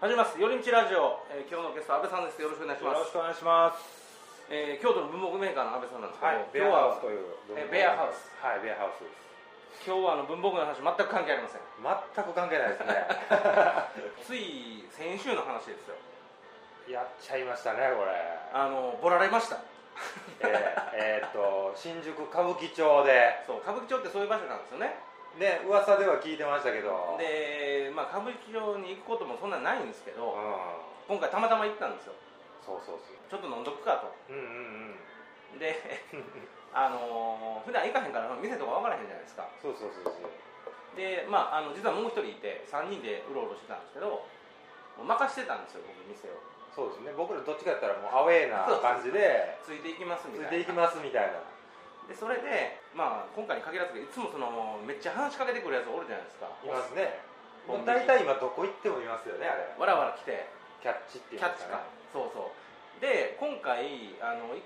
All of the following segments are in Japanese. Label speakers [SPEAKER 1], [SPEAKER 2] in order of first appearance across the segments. [SPEAKER 1] 始めます寄り道ラジオ、えー今日のゲスト安倍さんですよろしくお願いし
[SPEAKER 2] よ
[SPEAKER 1] ま
[SPEAKER 2] ろし
[SPEAKER 1] す
[SPEAKER 2] くお願いします。
[SPEAKER 1] えー京都の文房具メーカーの安倍さんなんですけど、
[SPEAKER 2] はい、ベ
[SPEAKER 1] 今日
[SPEAKER 2] アハウ
[SPEAKER 1] は
[SPEAKER 2] スという文
[SPEAKER 1] え
[SPEAKER 2] 房具
[SPEAKER 1] ベアハウス
[SPEAKER 2] はい、ベアハウスです。
[SPEAKER 1] 今日はあの文房具の話全く関係ありません
[SPEAKER 2] 全く関係ないですね。
[SPEAKER 1] つい先週の話ですよ
[SPEAKER 2] やっちゃいましたね、これ。
[SPEAKER 1] あのボラれました
[SPEAKER 2] えーえーっと新宿歌舞伎町で、
[SPEAKER 1] そう歌舞伎町ってそういう場所なんですよね
[SPEAKER 2] ね、噂では聞いてましたけど。
[SPEAKER 1] で、まあ、歌舞伎町に行くこともそんなないんですけ
[SPEAKER 2] うん
[SPEAKER 1] ど、、今回たまたま行ったんですよ
[SPEAKER 2] そうそうそ
[SPEAKER 1] ちょっと飲んどくかと
[SPEAKER 2] う。うんうんうん。
[SPEAKER 1] であのー普段行かへんから店とか分からへんじゃないですか
[SPEAKER 2] そうそうそうそう。
[SPEAKER 1] でまああの実はもう一人いて3人でうろうろしてたんですけどもう任してたんですよ僕店を
[SPEAKER 2] そうですね。僕らどっちかやったらもうアウェーな感じで
[SPEAKER 1] ついていきます
[SPEAKER 2] つ
[SPEAKER 1] み
[SPEAKER 2] い
[SPEAKER 1] たいな
[SPEAKER 2] ていきますみたいな。
[SPEAKER 1] でそれでまあ今回に限らずいつもそのめっちゃ話しかけてくるやつおるじゃないですか
[SPEAKER 2] いますね。
[SPEAKER 1] ほ
[SPEAKER 2] も
[SPEAKER 1] ん
[SPEAKER 2] う
[SPEAKER 1] で
[SPEAKER 2] 大体今どこ行ってもいますよね、あれ。
[SPEAKER 1] わらわら来て
[SPEAKER 2] キャッチってい
[SPEAKER 1] キ
[SPEAKER 2] うん
[SPEAKER 1] ャ
[SPEAKER 2] で
[SPEAKER 1] ッ
[SPEAKER 2] す
[SPEAKER 1] チ
[SPEAKER 2] か
[SPEAKER 1] か
[SPEAKER 2] ね。
[SPEAKER 1] そうそうで今回あのい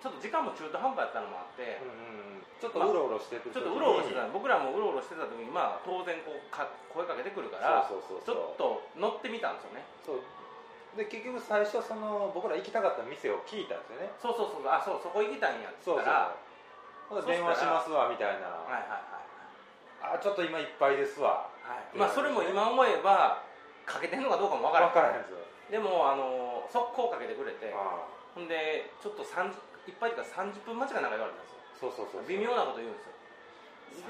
[SPEAKER 1] ちょっと時間も中途半端やったのもあって、
[SPEAKER 2] うんうんうんちょっとうろうろしてる
[SPEAKER 1] ちょっとうろうろして
[SPEAKER 2] 時
[SPEAKER 1] た
[SPEAKER 2] に
[SPEAKER 1] 僕らもうろうろしてた時にまあ当然こうか声かけてくるから
[SPEAKER 2] そうそうそうそう
[SPEAKER 1] ちょっと乗ってみたんですよね
[SPEAKER 2] そうで結局最初その僕ら行きたかった店を聞いたんですよね
[SPEAKER 1] そうそうそうあそうそこ行きたいんやっつ
[SPEAKER 2] そ
[SPEAKER 1] っ
[SPEAKER 2] う
[SPEAKER 1] たら
[SPEAKER 2] そうほんで
[SPEAKER 1] そした
[SPEAKER 2] 電
[SPEAKER 1] ら
[SPEAKER 2] 話しますわみたい
[SPEAKER 1] はい
[SPEAKER 2] な
[SPEAKER 1] はい
[SPEAKER 2] あちょっと今いっぱいですわ
[SPEAKER 1] はいはいまあそれも今思えばかけてんのかどうかもわから
[SPEAKER 2] 分
[SPEAKER 1] ん
[SPEAKER 2] からへんですよ
[SPEAKER 1] でもあの速攻かけてくれて
[SPEAKER 2] あ
[SPEAKER 1] ほんでちょっと30いっぱいとか30分待ちかなんか言われたんですよ
[SPEAKER 2] あそうそうそう
[SPEAKER 1] 微妙なこと言うんですよ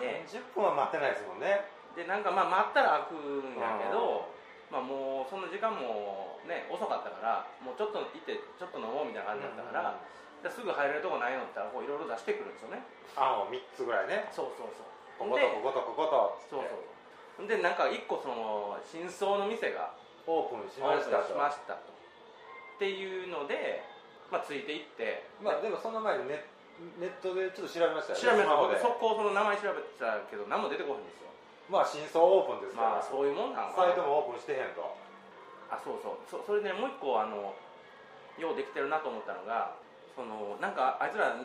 [SPEAKER 1] で
[SPEAKER 2] 30分は待てないですもんね
[SPEAKER 1] でなんかまあ待ったら開くんやけどまあもうそんな時間もね遅かったからもうちょっと行ってちょっと飲もうみたいな感じだったから、ですぐ入れるとこないのって言ったらこういろいろ出してくるんですよね
[SPEAKER 2] 案を3つぐらいね
[SPEAKER 1] そうそうそう
[SPEAKER 2] こ
[SPEAKER 1] ん
[SPEAKER 2] こと
[SPEAKER 1] で
[SPEAKER 2] こことここ
[SPEAKER 1] そ
[SPEAKER 2] とっつって
[SPEAKER 1] うそうでなんか一個その真相の店が
[SPEAKER 2] オープンしました
[SPEAKER 1] オープンし
[SPEAKER 2] と
[SPEAKER 1] ましたとっていうので、まあ、ついていって、
[SPEAKER 2] まあでもその前にネネットでちょっと調べました
[SPEAKER 1] 調べ
[SPEAKER 2] よねス
[SPEAKER 1] た
[SPEAKER 2] マホで
[SPEAKER 1] 僕速攻その名前調べたけど何も出てこへんですよ
[SPEAKER 2] まあ真相オープンですか
[SPEAKER 1] まあ
[SPEAKER 2] らサ
[SPEAKER 1] そういうもんなんか
[SPEAKER 2] イト
[SPEAKER 1] な
[SPEAKER 2] もオープンしてへんと
[SPEAKER 1] あそうそうそそれでもう一個あのようできてるなと思ったのがそのなんかあいつら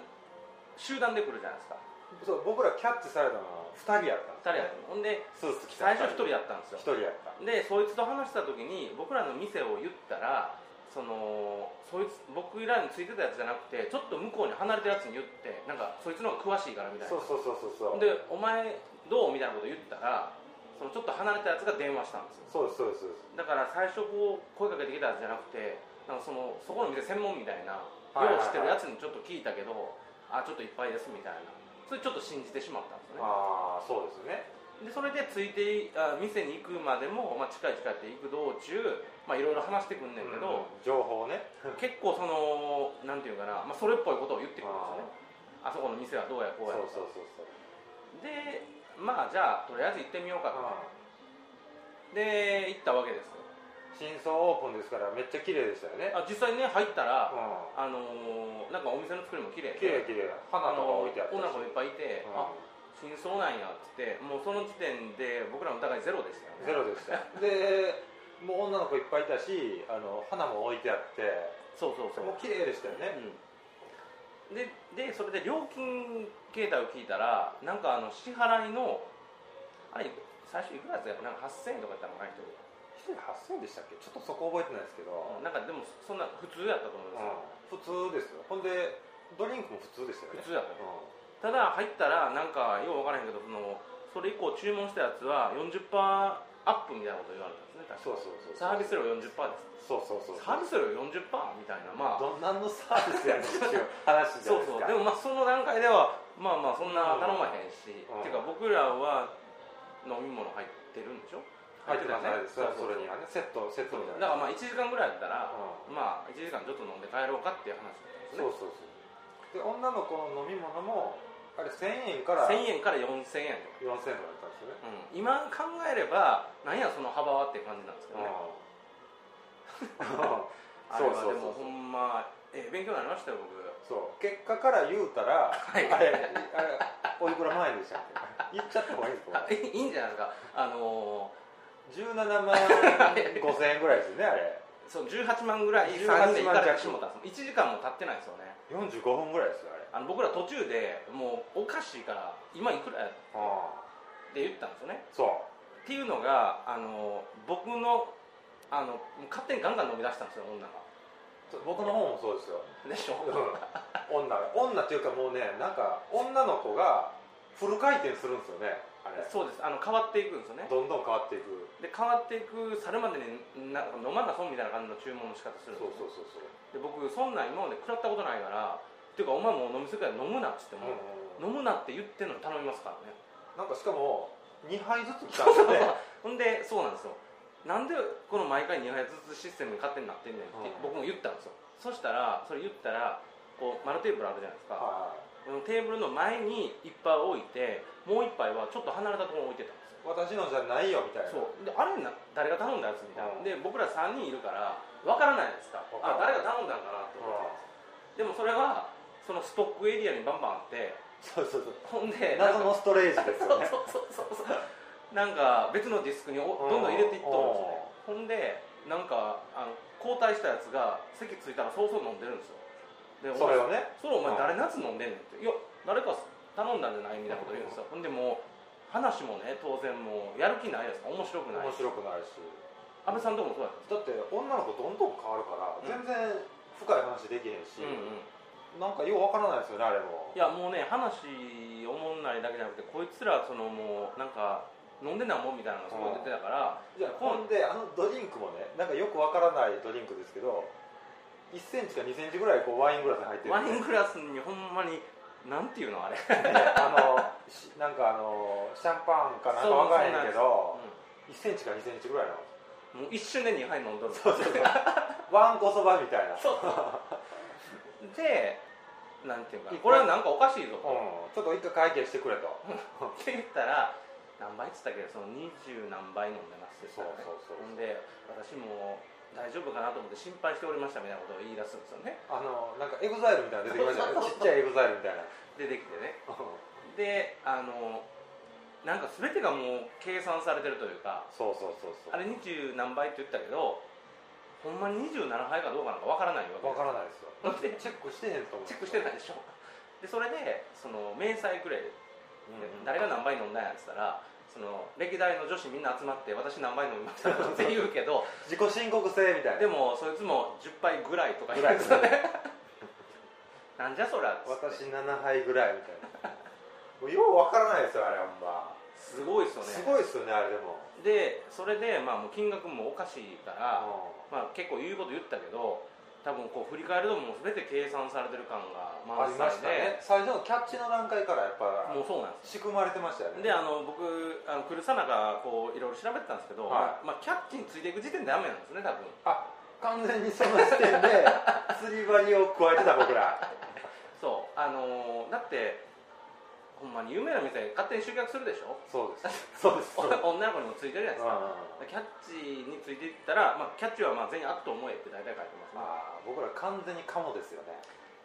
[SPEAKER 1] 集団で来るじゃないですか
[SPEAKER 2] そう僕らキャッチされたのは2人やったん
[SPEAKER 1] 2
[SPEAKER 2] です
[SPEAKER 1] 人
[SPEAKER 2] よ
[SPEAKER 1] やとほんで最初1人
[SPEAKER 2] ね、スーツ着た
[SPEAKER 1] やったんですよ
[SPEAKER 2] 1人やった
[SPEAKER 1] でそいつと話した時に僕らの店を言ったらそのそいつ僕らについてたやつじゃなくてちょっと向こうに離れてるやつに言ってなんかそいつの方が詳しいからみたいな
[SPEAKER 2] そうそうそうそうそう
[SPEAKER 1] で「お前どう?」みたいなこと言ったらそのちょっと離れたやつが電話したんですよ
[SPEAKER 2] そうですそうですそう
[SPEAKER 1] だ
[SPEAKER 2] で
[SPEAKER 1] から最初こう声かけてきたやつじゃなくてなんかそのそこの店専門みたいな
[SPEAKER 2] は
[SPEAKER 1] 用
[SPEAKER 2] いはいはい
[SPEAKER 1] 意してるやつにちょっと聞いたけど、あちょっといっぱいですみたいなそれちょっと信じてしまったんです
[SPEAKER 2] す
[SPEAKER 1] よね
[SPEAKER 2] ああそうですね
[SPEAKER 1] でそれでついていあ店に行くまでも、まあ、近い近いって行く道中まあいろいろ話してくんねんけど、
[SPEAKER 2] うん情報ね
[SPEAKER 1] 結構そのなんていうかな、まあ、それっぽいことを言ってくるんですよねあそこの店はどうや
[SPEAKER 2] そ
[SPEAKER 1] こう
[SPEAKER 2] う
[SPEAKER 1] や
[SPEAKER 2] そうそうそう
[SPEAKER 1] でまあじゃあとりあえず行ってみようか
[SPEAKER 2] うん
[SPEAKER 1] とで行ったわけですよ
[SPEAKER 2] 真相オープンですからめっちゃ綺麗でしたよね
[SPEAKER 1] あ実際ね入ったら、
[SPEAKER 2] う
[SPEAKER 1] あのーなんかお店の作りも綺麗
[SPEAKER 2] ん
[SPEAKER 1] で
[SPEAKER 2] 綺麗綺麗花
[SPEAKER 1] あ
[SPEAKER 2] と
[SPEAKER 1] の
[SPEAKER 2] か置いてあったし
[SPEAKER 1] 女の子もいっぱいいて、
[SPEAKER 2] うん
[SPEAKER 1] あ真相なんやっつってもうその時点で僕らの疑いゼロでしたよね
[SPEAKER 2] ゼロでしたでもう女の子いっぱいいたしあの花も置いてあって
[SPEAKER 1] そうそうそう
[SPEAKER 2] もう綺麗でしたよね
[SPEAKER 1] うんででそれで料金形態を聞いたらなんかあの支払いのあれ最初いくらやったやなんか8000円とかやったのかな一人
[SPEAKER 2] 一人8000円でしたっけちょっとそこ覚えてないですけど、
[SPEAKER 1] なんかでもそんな普通やったと思いますよ、
[SPEAKER 2] うん普通ですよほんでドリンクも普通でしたよね
[SPEAKER 1] 普通やったよ
[SPEAKER 2] うん
[SPEAKER 1] ただ入ったらなんかよう分からへんけどそのそれ以降注文したやつは40%アップみたいなこと言われたんですね確か
[SPEAKER 2] そうそうそう
[SPEAKER 1] サービス料40%です
[SPEAKER 2] そうそうそう
[SPEAKER 1] サービス料40%みたいなまあ
[SPEAKER 2] どんなんのサービスやねんっていう話じ
[SPEAKER 1] そ
[SPEAKER 2] ゃ
[SPEAKER 1] うそう
[SPEAKER 2] ないですか
[SPEAKER 1] でもまあその段階ではまあまあそんな頼まへんし、
[SPEAKER 2] うん
[SPEAKER 1] ていうか僕らは飲み物入ってるんでしょ
[SPEAKER 2] 入ってます
[SPEAKER 1] たよ
[SPEAKER 2] あれですそ
[SPEAKER 1] そうそう
[SPEAKER 2] れにはねセットセットみたい
[SPEAKER 1] だ
[SPEAKER 2] な
[SPEAKER 1] からまあ1時間ぐらいやったら、
[SPEAKER 2] う
[SPEAKER 1] まあ1時間ちょっと飲んで帰ろうかっていう話だったんです
[SPEAKER 2] そう
[SPEAKER 1] ね
[SPEAKER 2] そうそうで女の子の飲み物もあれ1000円から4000
[SPEAKER 1] 1000円
[SPEAKER 2] 円
[SPEAKER 1] から4000円とか、
[SPEAKER 2] ぐらいだった
[SPEAKER 1] うん、
[SPEAKER 2] んですよね
[SPEAKER 1] 今考えればなんやその幅はって感じなんですけどね、あれ
[SPEAKER 2] そう
[SPEAKER 1] は
[SPEAKER 2] そう
[SPEAKER 1] でも
[SPEAKER 2] そ
[SPEAKER 1] ほ
[SPEAKER 2] うん
[SPEAKER 1] まええ勉強になりましたよ僕
[SPEAKER 2] そう結果から言うたらあ
[SPEAKER 1] はい
[SPEAKER 2] れあれおいくら前でしたっけ言っちゃった方がいいですか
[SPEAKER 1] あいいいいんじゃないですかあの
[SPEAKER 2] 17万5000円ぐらいですよねあ れ
[SPEAKER 1] ーその18万ぐらい
[SPEAKER 2] 18
[SPEAKER 1] 3人で行かれ
[SPEAKER 2] 万弱
[SPEAKER 1] てしもた1時間も経ってないですよね
[SPEAKER 2] 45分ぐらいですよあれ
[SPEAKER 1] あの僕ら途中でもうおかしいから今いくらや
[SPEAKER 2] あ
[SPEAKER 1] って言ったんですよね
[SPEAKER 2] そう
[SPEAKER 1] っていうのがあの僕のあのもう勝手にガンガン飲み出したんですよ女が
[SPEAKER 2] 僕の方もそうですよ
[SPEAKER 1] でしょ
[SPEAKER 2] うん女が女っていうかもうねなんか女の子がフル回転するんですよねあれ
[SPEAKER 1] そうですあの変わっていくんですよね
[SPEAKER 2] どんどん変わっていく
[SPEAKER 1] で変わっていく去るまでになんか飲まな損みたいな感じの注文の仕方す
[SPEAKER 2] そ
[SPEAKER 1] る
[SPEAKER 2] うん
[SPEAKER 1] ですよ
[SPEAKER 2] そうそうそう
[SPEAKER 1] で僕そんなん今まで食らったことないからっていうかお前もう飲みすぎや飲むなっつって
[SPEAKER 2] うん
[SPEAKER 1] も、飲むなって言ってんのに頼みますからね
[SPEAKER 2] なんかしかも2杯ずつ来たんですよね
[SPEAKER 1] ほんでそうなんですよなんでこの毎回2杯ずつシステムに勝手になってんねんって
[SPEAKER 2] うん
[SPEAKER 1] 僕も言ったんですよそしたらそれ言ったらこう丸テーブルあるじゃないですか
[SPEAKER 2] はい
[SPEAKER 1] このテーブルの前に一杯置いてもう一杯はちょっと離れたところに置いてたんですよ
[SPEAKER 2] 私のじゃないよみたいな
[SPEAKER 1] そうであれな誰が頼んだやつみたいな、
[SPEAKER 2] うん
[SPEAKER 1] で僕ら3人いるから分からないですか
[SPEAKER 2] 分から
[SPEAKER 1] あ
[SPEAKER 2] ない
[SPEAKER 1] 誰が頼んだんかなと思って、
[SPEAKER 2] う
[SPEAKER 1] でもそれはそのストックエリアにバンバンあって
[SPEAKER 2] んそうそうそう
[SPEAKER 1] ほんで
[SPEAKER 2] 謎のストレージです
[SPEAKER 1] そ
[SPEAKER 2] よ
[SPEAKER 1] う
[SPEAKER 2] ね
[SPEAKER 1] そうそうそうそうなんか別のディスクにおどんどん入れていっとるんですよねほんでなんかあの交代したやつが席着いたらそうそう飲んでるんですよで
[SPEAKER 2] それを
[SPEAKER 1] お前
[SPEAKER 2] ね
[SPEAKER 1] それお前誰のやつ飲んでんねんっていや誰か頼んだんじゃないみたいなこと言うんですよほんでもう話もね当然もうやる気ないですか面白くない
[SPEAKER 2] 面白くないし
[SPEAKER 1] 安倍さんとこもそうやったんです
[SPEAKER 2] だって女の子どんどん変わるから
[SPEAKER 1] うん
[SPEAKER 2] 全然深い話できへんし、
[SPEAKER 1] よ、うんうん、
[SPEAKER 2] なんかようわからないですよねあれも
[SPEAKER 1] いやもうね話おもんないだけじゃなくてこいつらそのもうなんか飲んでないもんみたいなのがすごい出てたから
[SPEAKER 2] いやほんであのドリンクもねなんかよくわからないドリンクですけど1センチか2センチぐらいこうワイングラスに入ってる
[SPEAKER 1] ワイングラスにほんまになんていうのあれ、
[SPEAKER 2] ねあのしなんかあのシャンパンかなんかわからへんけど
[SPEAKER 1] う
[SPEAKER 2] 1センチか2センチぐらい
[SPEAKER 1] ん
[SPEAKER 2] の
[SPEAKER 1] もう一瞬で2杯飲んどる
[SPEAKER 2] そうそうそうワンコそばみたいな
[SPEAKER 1] そうでなんていうかこれはなんかおかしいぞ
[SPEAKER 2] うん、ちょっと一回会計してくれと
[SPEAKER 1] って言ったら何倍っつったっけその二十何倍飲んでますって言ったらね
[SPEAKER 2] そうそうそう
[SPEAKER 1] ほんで私も大丈夫かなと思って心配しておりましたみたいなことを言い出すんですよね
[SPEAKER 2] あのなんかエグザイルみたいなの出てきましたねちっちゃいエグザイルみたいな
[SPEAKER 1] 出てきてねであのなんか全てがもう計算されてるというか
[SPEAKER 2] そうそうそうそう
[SPEAKER 1] あれ20何倍って言ったけどほんまに27杯かどうかなんかわからないわけ
[SPEAKER 2] わ
[SPEAKER 1] で
[SPEAKER 2] からないですよ
[SPEAKER 1] なんで
[SPEAKER 2] チェックしてへんと思う
[SPEAKER 1] すチェックしてないでしょでそれでその明細くれで
[SPEAKER 2] うん
[SPEAKER 1] 誰が何杯飲んだんやっつったらその歴代の女子みんな集まって私何杯飲みましたって言うけど
[SPEAKER 2] 自己申告制みたいな
[SPEAKER 1] でもそいつも10杯ぐらいとか言
[SPEAKER 2] ぐ
[SPEAKER 1] うん
[SPEAKER 2] らい
[SPEAKER 1] ですよねなんじゃそらっつって
[SPEAKER 2] 私7杯ぐらいみたいな もうようわからないですよあれほんます
[SPEAKER 1] ごいですよね
[SPEAKER 2] すごいですよねあれでも
[SPEAKER 1] でそれでまあもう金額もおかしいから、
[SPEAKER 2] う
[SPEAKER 1] まあ、結構言うこと言ったけど多分こう振り返るともう全て計算されてる感が
[SPEAKER 2] んあ
[SPEAKER 1] 満
[SPEAKER 2] りま
[SPEAKER 1] 載
[SPEAKER 2] した
[SPEAKER 1] で
[SPEAKER 2] ね最初のキャッチの段階からやっぱ
[SPEAKER 1] もうそうなんです
[SPEAKER 2] 仕組まれてましたよね
[SPEAKER 1] であの僕あの来るさなかこういろいろ調べてたんですけど、
[SPEAKER 2] は
[SPEAKER 1] まあ、キャッチについていく時点でダメなんですね多分
[SPEAKER 2] あ完全にその時点で 釣り針を加えてた僕ら
[SPEAKER 1] そうあのーだってほんまに有名な店勝手に集客するでしょ
[SPEAKER 2] そうですそうですそうです
[SPEAKER 1] 女の子にもついてるじゃないですか、
[SPEAKER 2] うん
[SPEAKER 1] キャッチについていったら、まあ、キャッチはまあ全員悪と思えって大体書いてますね
[SPEAKER 2] あー僕ら完全にカモですよね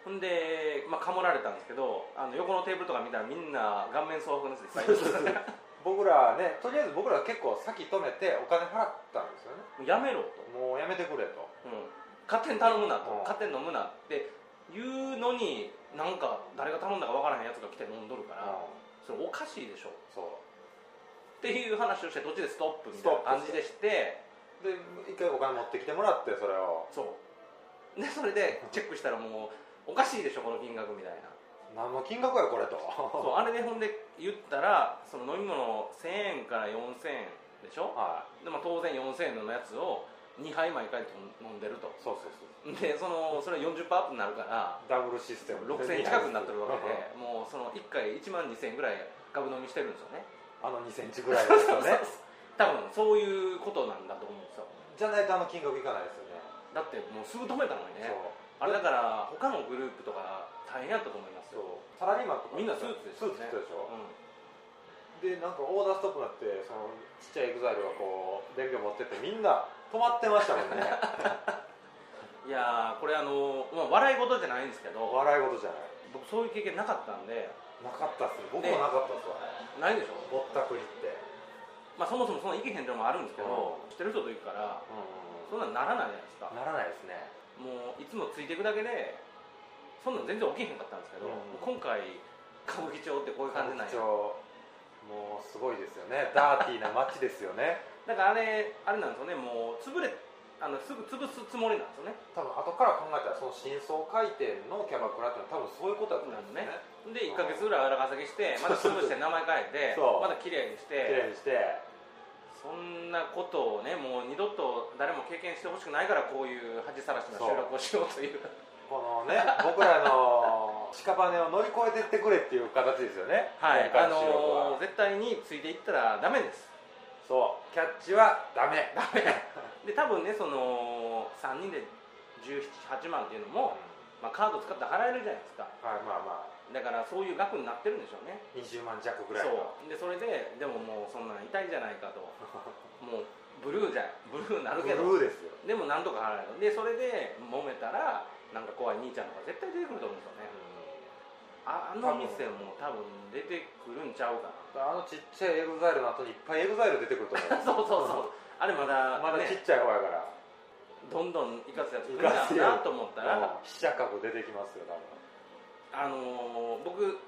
[SPEAKER 1] ほんで、まあ、かもられたんですけどあの横のテーブルとか見たらみんな顔面蒼白のやついっぱいいるんですよね
[SPEAKER 2] 僕らねとりあえず僕ら結構先止めてお金払ったんですよね
[SPEAKER 1] もうやめろと、
[SPEAKER 2] もうやめてくれと
[SPEAKER 1] うん勝手に頼むなと、
[SPEAKER 2] うん
[SPEAKER 1] 勝手に飲むなって言うのになんか誰が頼んだかわからへんやつが来て飲んどるから、
[SPEAKER 2] う
[SPEAKER 1] それおかしいでしょ
[SPEAKER 2] んそう
[SPEAKER 1] っていう話をしてどっちでストップみたいな感じでして
[SPEAKER 2] で一回お金持ってきてもらってそれを
[SPEAKER 1] そうでそれでチェックしたらもうおかしいでしょこの金額みたいな
[SPEAKER 2] 何の金額やこれと
[SPEAKER 1] そうあれでほんで言ったらその飲み物1000円から4000円でしょ
[SPEAKER 2] は
[SPEAKER 1] で、まあ、当然4000円のやつを2杯毎回と飲んでると
[SPEAKER 2] いそうそうそう
[SPEAKER 1] でそのそれは40%アップになるから
[SPEAKER 2] ダブルシステム
[SPEAKER 1] 6000円近くになってるわけ でもうその1回1万2000円ぐらいガブ飲みしてるんですよね
[SPEAKER 2] あの2センチぐらいですよね
[SPEAKER 1] 多分そういうことなんだと思うんですよ
[SPEAKER 2] じゃないとあの金額いかないですよね
[SPEAKER 1] だってもうすぐ止めたのにね
[SPEAKER 2] そう
[SPEAKER 1] あれだから他のグループとか大変やったと思います
[SPEAKER 2] そう
[SPEAKER 1] よ
[SPEAKER 2] サラリーマンとか
[SPEAKER 1] みんなスーツです
[SPEAKER 2] スー
[SPEAKER 1] よ
[SPEAKER 2] ツ着
[SPEAKER 1] ね
[SPEAKER 2] てたでしょ、でなんかオーダーストップになってそのちっちゃいエグザイルがこう伝票持ってってみんな止まってまし たもんね
[SPEAKER 1] うんいやーこれあの、まあ、笑い事じゃないんですけど
[SPEAKER 2] お笑い事じゃない
[SPEAKER 1] 僕そういう経験なかったんで
[SPEAKER 2] なかったっすね僕もなかったっすわ、
[SPEAKER 1] ないでしょ、
[SPEAKER 2] ぼったくりって
[SPEAKER 1] まあ、そもそもその意見返上もあるんですけど知ってる人というからそんなんならないじゃないですか
[SPEAKER 2] ならないですね
[SPEAKER 1] もういつもついていくだけでそんなん全然起きへんかったんですけど、
[SPEAKER 2] うん
[SPEAKER 1] 今回歌舞伎町ってこういう感じなんや
[SPEAKER 2] 一応もうすごいですよねダーティーな街ですよね
[SPEAKER 1] だからあれあれなんですよねもう潰れあのすぐ潰すつもりなんですよね
[SPEAKER 2] 多分後から考えたらその真相回転のキャバクラってのは多分そういうことだったんですね
[SPEAKER 1] で1か月ぐらい荒稼ぎしてまた潰して名前変えて
[SPEAKER 2] そう
[SPEAKER 1] また綺麗にし
[SPEAKER 2] 綺
[SPEAKER 1] て
[SPEAKER 2] 麗にして
[SPEAKER 1] そんなことをねもう二度と誰も経験してほしくないからこういう恥さらしの収録をしようと いう
[SPEAKER 2] この ね僕らの屍を乗り越えてってくれっていう形ですよね、
[SPEAKER 1] はい
[SPEAKER 2] 今
[SPEAKER 1] あ
[SPEAKER 2] 回の収録は、
[SPEAKER 1] のー絶対についていったらダメです
[SPEAKER 2] そうキャッチはダメ
[SPEAKER 1] ダメで多分ねその3人で178万っていうのも、まあ、カード使って払えるじゃないですか
[SPEAKER 2] はいまあまあ
[SPEAKER 1] だからそういう額になってるんでしょうね
[SPEAKER 2] 20万弱ぐらいの
[SPEAKER 1] そうでそれででももうそんなん痛いじゃない かともうブルーじゃんブルーになるけど
[SPEAKER 2] ブルーですよ、
[SPEAKER 1] でもなんとか払えるでそれで揉めたらなんか怖い兄ちゃんとか絶対出てくると思うんですよねああの店も多分出てくるんちゃうかな
[SPEAKER 2] あのちっちゃいエグザイルの後にいっぱいエグザイル出てくると思
[SPEAKER 1] そ
[SPEAKER 2] う
[SPEAKER 1] うそうそうあれまだ、ね、
[SPEAKER 2] まだちっちゃい方やから、
[SPEAKER 1] どんどんいかつやつ来るん
[SPEAKER 2] いかつい
[SPEAKER 1] だ
[SPEAKER 2] や
[SPEAKER 1] なと思った
[SPEAKER 2] うん
[SPEAKER 1] ら、
[SPEAKER 2] 飛車角出てきますよ多分
[SPEAKER 1] あのー僕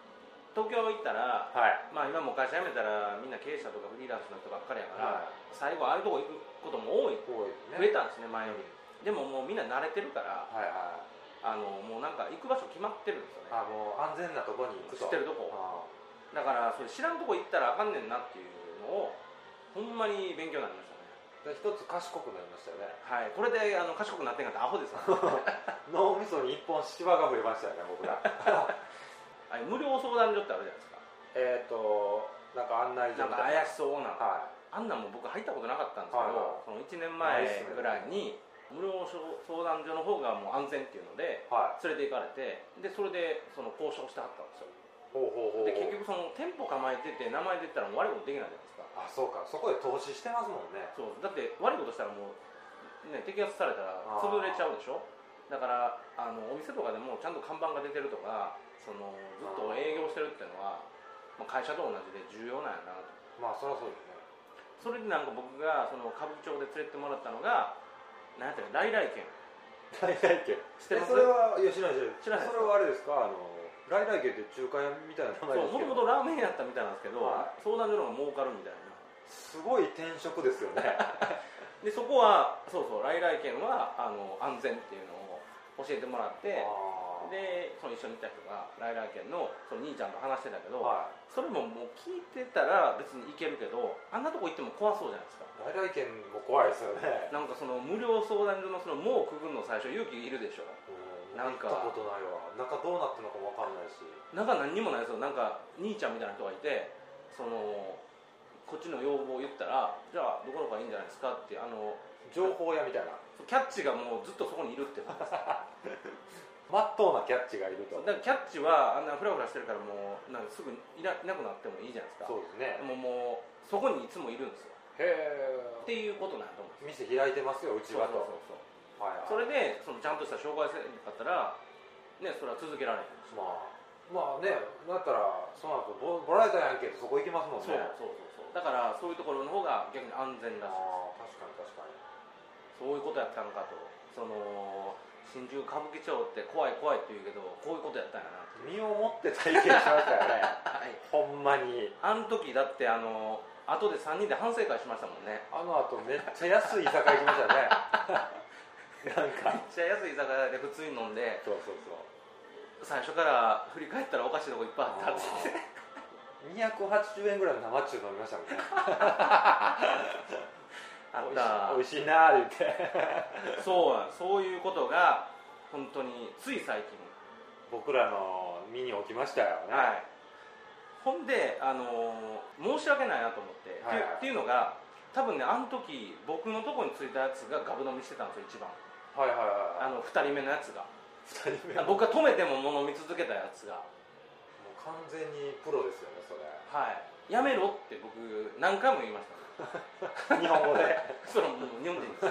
[SPEAKER 1] 東京行ったら
[SPEAKER 2] はい、
[SPEAKER 1] まあ今もう会社辞めたらみんな経営者とかフリーランスの人ばっかりやから、
[SPEAKER 2] は
[SPEAKER 1] 最後ああいうとこ行くことも多い
[SPEAKER 2] い、多い
[SPEAKER 1] 増え
[SPEAKER 2] ね
[SPEAKER 1] たんですね前よりでももうみんな慣れてるから
[SPEAKER 2] はいは
[SPEAKER 1] あのもうなんか行く場所決まってるんですよ
[SPEAKER 2] い
[SPEAKER 1] ね
[SPEAKER 2] あもう安全なとこに行く
[SPEAKER 1] 知
[SPEAKER 2] と
[SPEAKER 1] ってるとこ
[SPEAKER 2] あ
[SPEAKER 1] だからそれ知らんとこ行ったらあかんねんなっていうのをほんまに勉強になりましたね
[SPEAKER 2] あで一つ賢くなりましたよね
[SPEAKER 1] はいこれであの賢くなってんかったらアホです よ
[SPEAKER 2] 脳みそに一本シワが増えましたよね 僕ら
[SPEAKER 1] あれ無料相談所ってあるじゃないですか
[SPEAKER 2] えっとなんか案内
[SPEAKER 1] な
[SPEAKER 2] 所
[SPEAKER 1] ん
[SPEAKER 2] み
[SPEAKER 1] か
[SPEAKER 2] たい
[SPEAKER 1] 怪しそうな
[SPEAKER 2] は
[SPEAKER 1] あんなんも僕入ったことなかったんですけ
[SPEAKER 2] はい
[SPEAKER 1] ど、
[SPEAKER 2] は
[SPEAKER 1] その1年前ぐらいに無料相談所の方がもう安全っていうので
[SPEAKER 2] いは
[SPEAKER 1] 連れて行かれてでそれでその交渉してはったんですよ
[SPEAKER 2] いほうほうほうほう
[SPEAKER 1] で結局その店舗構えてて名前出たらもう悪いことできないじゃないですか
[SPEAKER 2] あそうかそこで投資してますもんね
[SPEAKER 1] そうだって悪いことしたらもう、ね、摘発されたら
[SPEAKER 2] あー
[SPEAKER 1] 潰れちゃうでしょだからあのお店とかでもちゃんと看板が出てるとかそのずっと営業してるっていうのは、まあ、会社と同じで重要なんやなと
[SPEAKER 2] まあそりゃそうですね
[SPEAKER 1] それでなんか僕がその歌舞伎町で連れてってもらったのが何やったか来来軒
[SPEAKER 2] 来来家
[SPEAKER 1] 知ってま
[SPEAKER 2] え
[SPEAKER 1] す
[SPEAKER 2] それはいや知らないです
[SPEAKER 1] 知らないです
[SPEAKER 2] それはあれですかあの来来家って中華屋みたいな名前
[SPEAKER 1] そ
[SPEAKER 2] で
[SPEAKER 1] うもとも
[SPEAKER 2] すけど
[SPEAKER 1] とラーメン屋やったみたいなんですけど、
[SPEAKER 2] は
[SPEAKER 1] 相談所の方が儲かるみたいな
[SPEAKER 2] すごい転職ですよ ね
[SPEAKER 1] でそこはそうそう来来軒はあの安全っていうのを教えてもらって
[SPEAKER 2] あー
[SPEAKER 1] でその一緒にいた人がライラー県のその兄ちゃんと話してたけど、
[SPEAKER 2] は
[SPEAKER 1] それももう聞いてたら別に行けるけどあんなとこ行っても怖そうじゃないですか
[SPEAKER 2] い来来家も怖いですよね
[SPEAKER 1] なんかその無料相談所のその門をくぐるの最初勇気いるでしょ
[SPEAKER 2] うん
[SPEAKER 1] なんか
[SPEAKER 2] 行ったことないわ中どうなってるのかもわかんないし
[SPEAKER 1] 中何にもないですよなんか兄ちゃんみたいな人がいてそのこっちの要望を言ったらじゃあどこの方がいいんじゃないですかってあの
[SPEAKER 2] 情報屋みたいな
[SPEAKER 1] キャッチがもうずっとそこにいるってことです
[SPEAKER 2] まっとうなキャッチがいると
[SPEAKER 1] だからキャッチはあんなフラフラしてるからもうなんかすぐいないなくなってもいいじゃないですか
[SPEAKER 2] そうですね
[SPEAKER 1] でももうそこにいつもいるんですよ
[SPEAKER 2] へ
[SPEAKER 1] っ
[SPEAKER 2] え
[SPEAKER 1] ていうことなんだと思うんです
[SPEAKER 2] 店開いてますようち
[SPEAKER 1] よ
[SPEAKER 2] はと
[SPEAKER 1] そうそうそう
[SPEAKER 2] はいはい
[SPEAKER 1] それでそのちゃんとした障害せんかったらねそれは続けられへんし
[SPEAKER 2] まあまあねだったらその後ボボラれたやんけってそこ行きますもん
[SPEAKER 1] そう
[SPEAKER 2] ね
[SPEAKER 1] そうそうそうだからそういうところの方が逆に安全
[SPEAKER 2] あ
[SPEAKER 1] だし
[SPEAKER 2] あ確かに確かに
[SPEAKER 1] そういうことやったんかとその新宿歌舞伎町って怖い怖いって言うけどこういうことやったんやな
[SPEAKER 2] 身をもって体験しました よね
[SPEAKER 1] はい
[SPEAKER 2] ほんまに
[SPEAKER 1] あの時だってあの後で3人で反省会しましたもんね
[SPEAKER 2] あの後めっちゃ安い居酒屋行き ましたねなん
[SPEAKER 1] めっ
[SPEAKER 2] か
[SPEAKER 1] ちゃ安い居酒屋で普通に飲んで
[SPEAKER 2] そうそうそう
[SPEAKER 1] 最初から振り返ったらおかしいとこいっぱいあ ったって言って
[SPEAKER 2] 280円ぐらいの生中飲みましたもんね
[SPEAKER 1] あっ
[SPEAKER 2] 美味
[SPEAKER 1] た
[SPEAKER 2] し美味しいなーって言って
[SPEAKER 1] そうなんそういうことが本当につい最近、
[SPEAKER 2] 僕らの身に起きましたよね、
[SPEAKER 1] はい、ほんで、あのー申し訳ないなと思って、
[SPEAKER 2] はいはい
[SPEAKER 1] っていうっていうのが多分ねあの時僕のとこに着いたやつがガブ飲みしてたんですよ一番
[SPEAKER 2] はいはい
[SPEAKER 1] あ
[SPEAKER 2] はい
[SPEAKER 1] の2人目のやつが
[SPEAKER 2] 2人目もう
[SPEAKER 1] 僕が止めても飲み続けたやつが
[SPEAKER 2] 完全にプロですよねそれ
[SPEAKER 1] はいやめろって僕何回も言いましたね
[SPEAKER 2] 日本語で
[SPEAKER 1] それはもう日本人です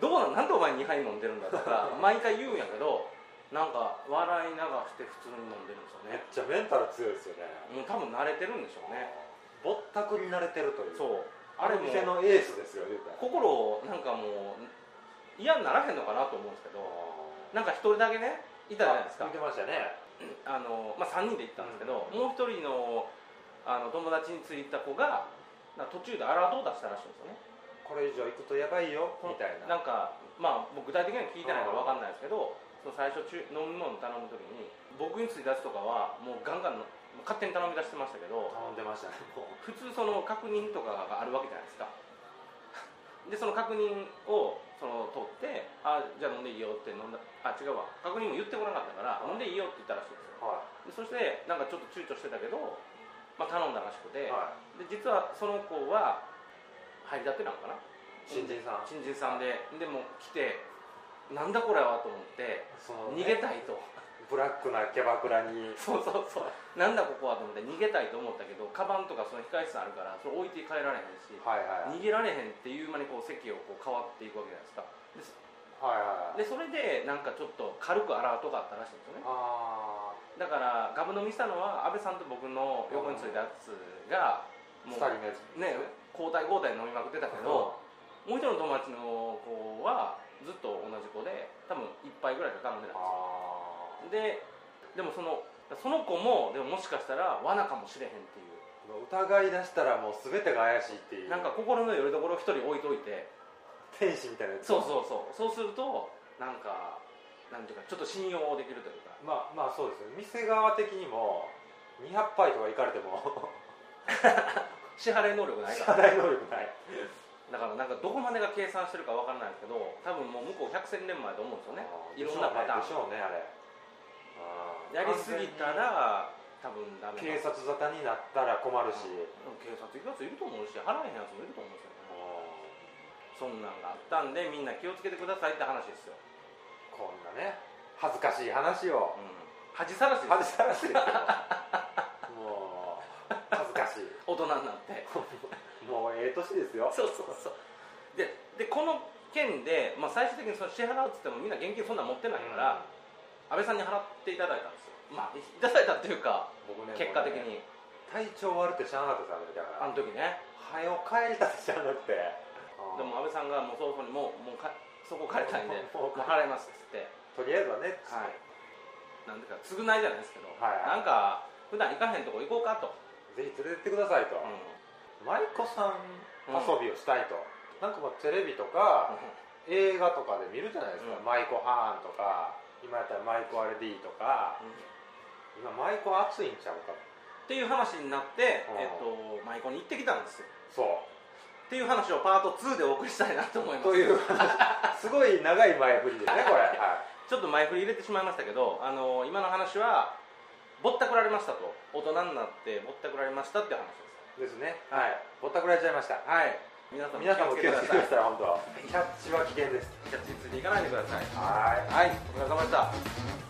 [SPEAKER 1] どうなんなんでお前2杯飲んでるんだと か毎回言うんやけどなんか笑いながらして普通に飲んでるんですよ
[SPEAKER 2] めっ
[SPEAKER 1] ね
[SPEAKER 2] ちゃメンタル強いですよね
[SPEAKER 1] もう多分慣れてるんでしょうね
[SPEAKER 2] ぼったくに慣れてるという
[SPEAKER 1] そう
[SPEAKER 2] あ
[SPEAKER 1] あれ
[SPEAKER 2] れ
[SPEAKER 1] も
[SPEAKER 2] 店のエースですよ言うたら
[SPEAKER 1] 心をなんかもう嫌にならへんのかなと思うんですけどなんか一人だけねいたじゃないですか
[SPEAKER 2] 見てましたね
[SPEAKER 1] あの、まあ、3人で行ったんですけど、もう一人のあの友達についた子がなんか途中でアラートを出したらしいんですよね
[SPEAKER 2] これ以上行くとやばいよみたいな
[SPEAKER 1] なんかまあ僕具体的には聞いてないから分かんないですけどその最初中飲み物頼む時に僕につい出すとかはもうガンガンの勝手に頼み出してましたけど
[SPEAKER 2] 頼んでましたねもう
[SPEAKER 1] 普通その確認とかがあるわけじゃないですか でその確認をその取って「あじゃあ飲んでいいよ」って飲んだあ違うわ確認も言ってこなかったから「飲んでいいよ」って言ったらしいんですよ
[SPEAKER 2] は
[SPEAKER 1] でそしてなんかちょっと躊躇してたけど、まあ、頼んだらしく
[SPEAKER 2] い
[SPEAKER 1] て、
[SPEAKER 2] は
[SPEAKER 1] で実はその子は入りたてなのかない
[SPEAKER 2] 新人さん
[SPEAKER 1] 新人さんででも来てなんだこれはと思って
[SPEAKER 2] そのね
[SPEAKER 1] 逃げたいと
[SPEAKER 2] ブラックなキャバクラに
[SPEAKER 1] そうそうそうなんだここはと思って逃げたいと思ったけどカバンとかその控室あるからそれ置いて帰られへんし
[SPEAKER 2] はいはい
[SPEAKER 1] 逃げられへんっていう間にこう席をこう変わっていくわけじゃないですか
[SPEAKER 2] はいはいはい
[SPEAKER 1] でそれでなんかちょっと軽くアラートがあったらしいんですよね
[SPEAKER 2] あ
[SPEAKER 1] だからガブ飲みしたのは安倍さんと僕の横についたやつが
[SPEAKER 2] あ2
[SPEAKER 1] も
[SPEAKER 2] 人
[SPEAKER 1] う
[SPEAKER 2] 目です
[SPEAKER 1] ね交代交代飲みまくってたけどもう一人の友達の子はずっと同じ子で多分1杯ぐらいしか頼んで
[SPEAKER 2] あ
[SPEAKER 1] ない
[SPEAKER 2] あ
[SPEAKER 1] んですよででもそのその子もでももしかしたら罠かもしれへんっていう
[SPEAKER 2] 疑い出したらもう全てが怪しいっていう
[SPEAKER 1] なんか心のよりどころを一人置いといて
[SPEAKER 2] 天使みたいなやつ
[SPEAKER 1] そうそうそうそうするとなんかなんていうかちょっと信用できるというか
[SPEAKER 2] まあまあそうですね店側的にも200杯とか行かれても
[SPEAKER 1] 支払い能力ないか
[SPEAKER 2] 謝
[SPEAKER 1] ら
[SPEAKER 2] 罪能力ない
[SPEAKER 1] だからなんかどこまでが計算してるかわからないですけど多分もう向こう100戦年前と思うんですよねいろんなパター
[SPEAKER 2] でし
[SPEAKER 1] ン
[SPEAKER 2] ょうねでしょうねあれあー
[SPEAKER 1] やりすぎたら多分ダメ
[SPEAKER 2] 警
[SPEAKER 1] だ
[SPEAKER 2] 察沙汰になったら困るし、
[SPEAKER 1] でも警察行くやついると思うし払えへんやつもいると思うんですよねそんなんがあったんでみんな気をつけてくださいって話ですよ、
[SPEAKER 2] こんなね恥ずかしい話を
[SPEAKER 1] うん、恥さらしで
[SPEAKER 2] 恥
[SPEAKER 1] す
[SPEAKER 2] ずかしいですよもう恥ずかしい
[SPEAKER 1] 大人にな って
[SPEAKER 2] もうええ年ですよ
[SPEAKER 1] そうそうそうででこの件で、まあ、最終的にその支払うっつってもみんな現金そんなん持ってないから、安倍さんに払っていただいたんですよまあいただいたっていうか
[SPEAKER 2] 僕ね
[SPEAKER 1] 結果的
[SPEAKER 2] もうね
[SPEAKER 1] に
[SPEAKER 2] 体調悪くてしゃあなくてさだ
[SPEAKER 1] あ
[SPEAKER 2] か
[SPEAKER 1] の時ね
[SPEAKER 2] ら早帰りたってしゃあなくて
[SPEAKER 1] でも安倍さんがもう早々にもうもうかそこ借りたいんで
[SPEAKER 2] も
[SPEAKER 1] も
[SPEAKER 2] う
[SPEAKER 1] う
[SPEAKER 2] 帰
[SPEAKER 1] 払いますっつって
[SPEAKER 2] とりあえずは
[SPEAKER 1] は
[SPEAKER 2] ね
[SPEAKER 1] いなんでか償いじゃないですけど、
[SPEAKER 2] はいはい
[SPEAKER 1] なんか普段行かへんとこ行こうかと、
[SPEAKER 2] ぜひ連れてってくださいと、
[SPEAKER 1] うん
[SPEAKER 2] 舞子さん
[SPEAKER 1] うん
[SPEAKER 2] 遊びをしたいと、なんかまあテレビとか、映画とかで見るじゃないですか、
[SPEAKER 1] うん
[SPEAKER 2] 舞妓ハーンとか今やったら舞妓 RD とか
[SPEAKER 1] うん
[SPEAKER 2] 今舞妓熱いんちゃうか
[SPEAKER 1] っていう話になって、
[SPEAKER 2] うん
[SPEAKER 1] えっと、舞妓に行ってきたんですよ
[SPEAKER 2] そう
[SPEAKER 1] っていう話をパート2でお送りしたいなと思います
[SPEAKER 2] という話すごい長い前振りですねこれ、は
[SPEAKER 1] ちょっと前振り入れてしまいましたけど、あの今の話はぼったくられましたと大人になってぼったくられましたっていう話です
[SPEAKER 2] い、ですねはいぼったくられちゃいました
[SPEAKER 1] はい皆さん
[SPEAKER 2] 皆さんも気をつけてくだ
[SPEAKER 1] い
[SPEAKER 2] さい本当キャッチは危険です
[SPEAKER 1] じゃあついついていかないでください
[SPEAKER 2] は
[SPEAKER 1] は
[SPEAKER 2] い
[SPEAKER 1] いお疲れ様でした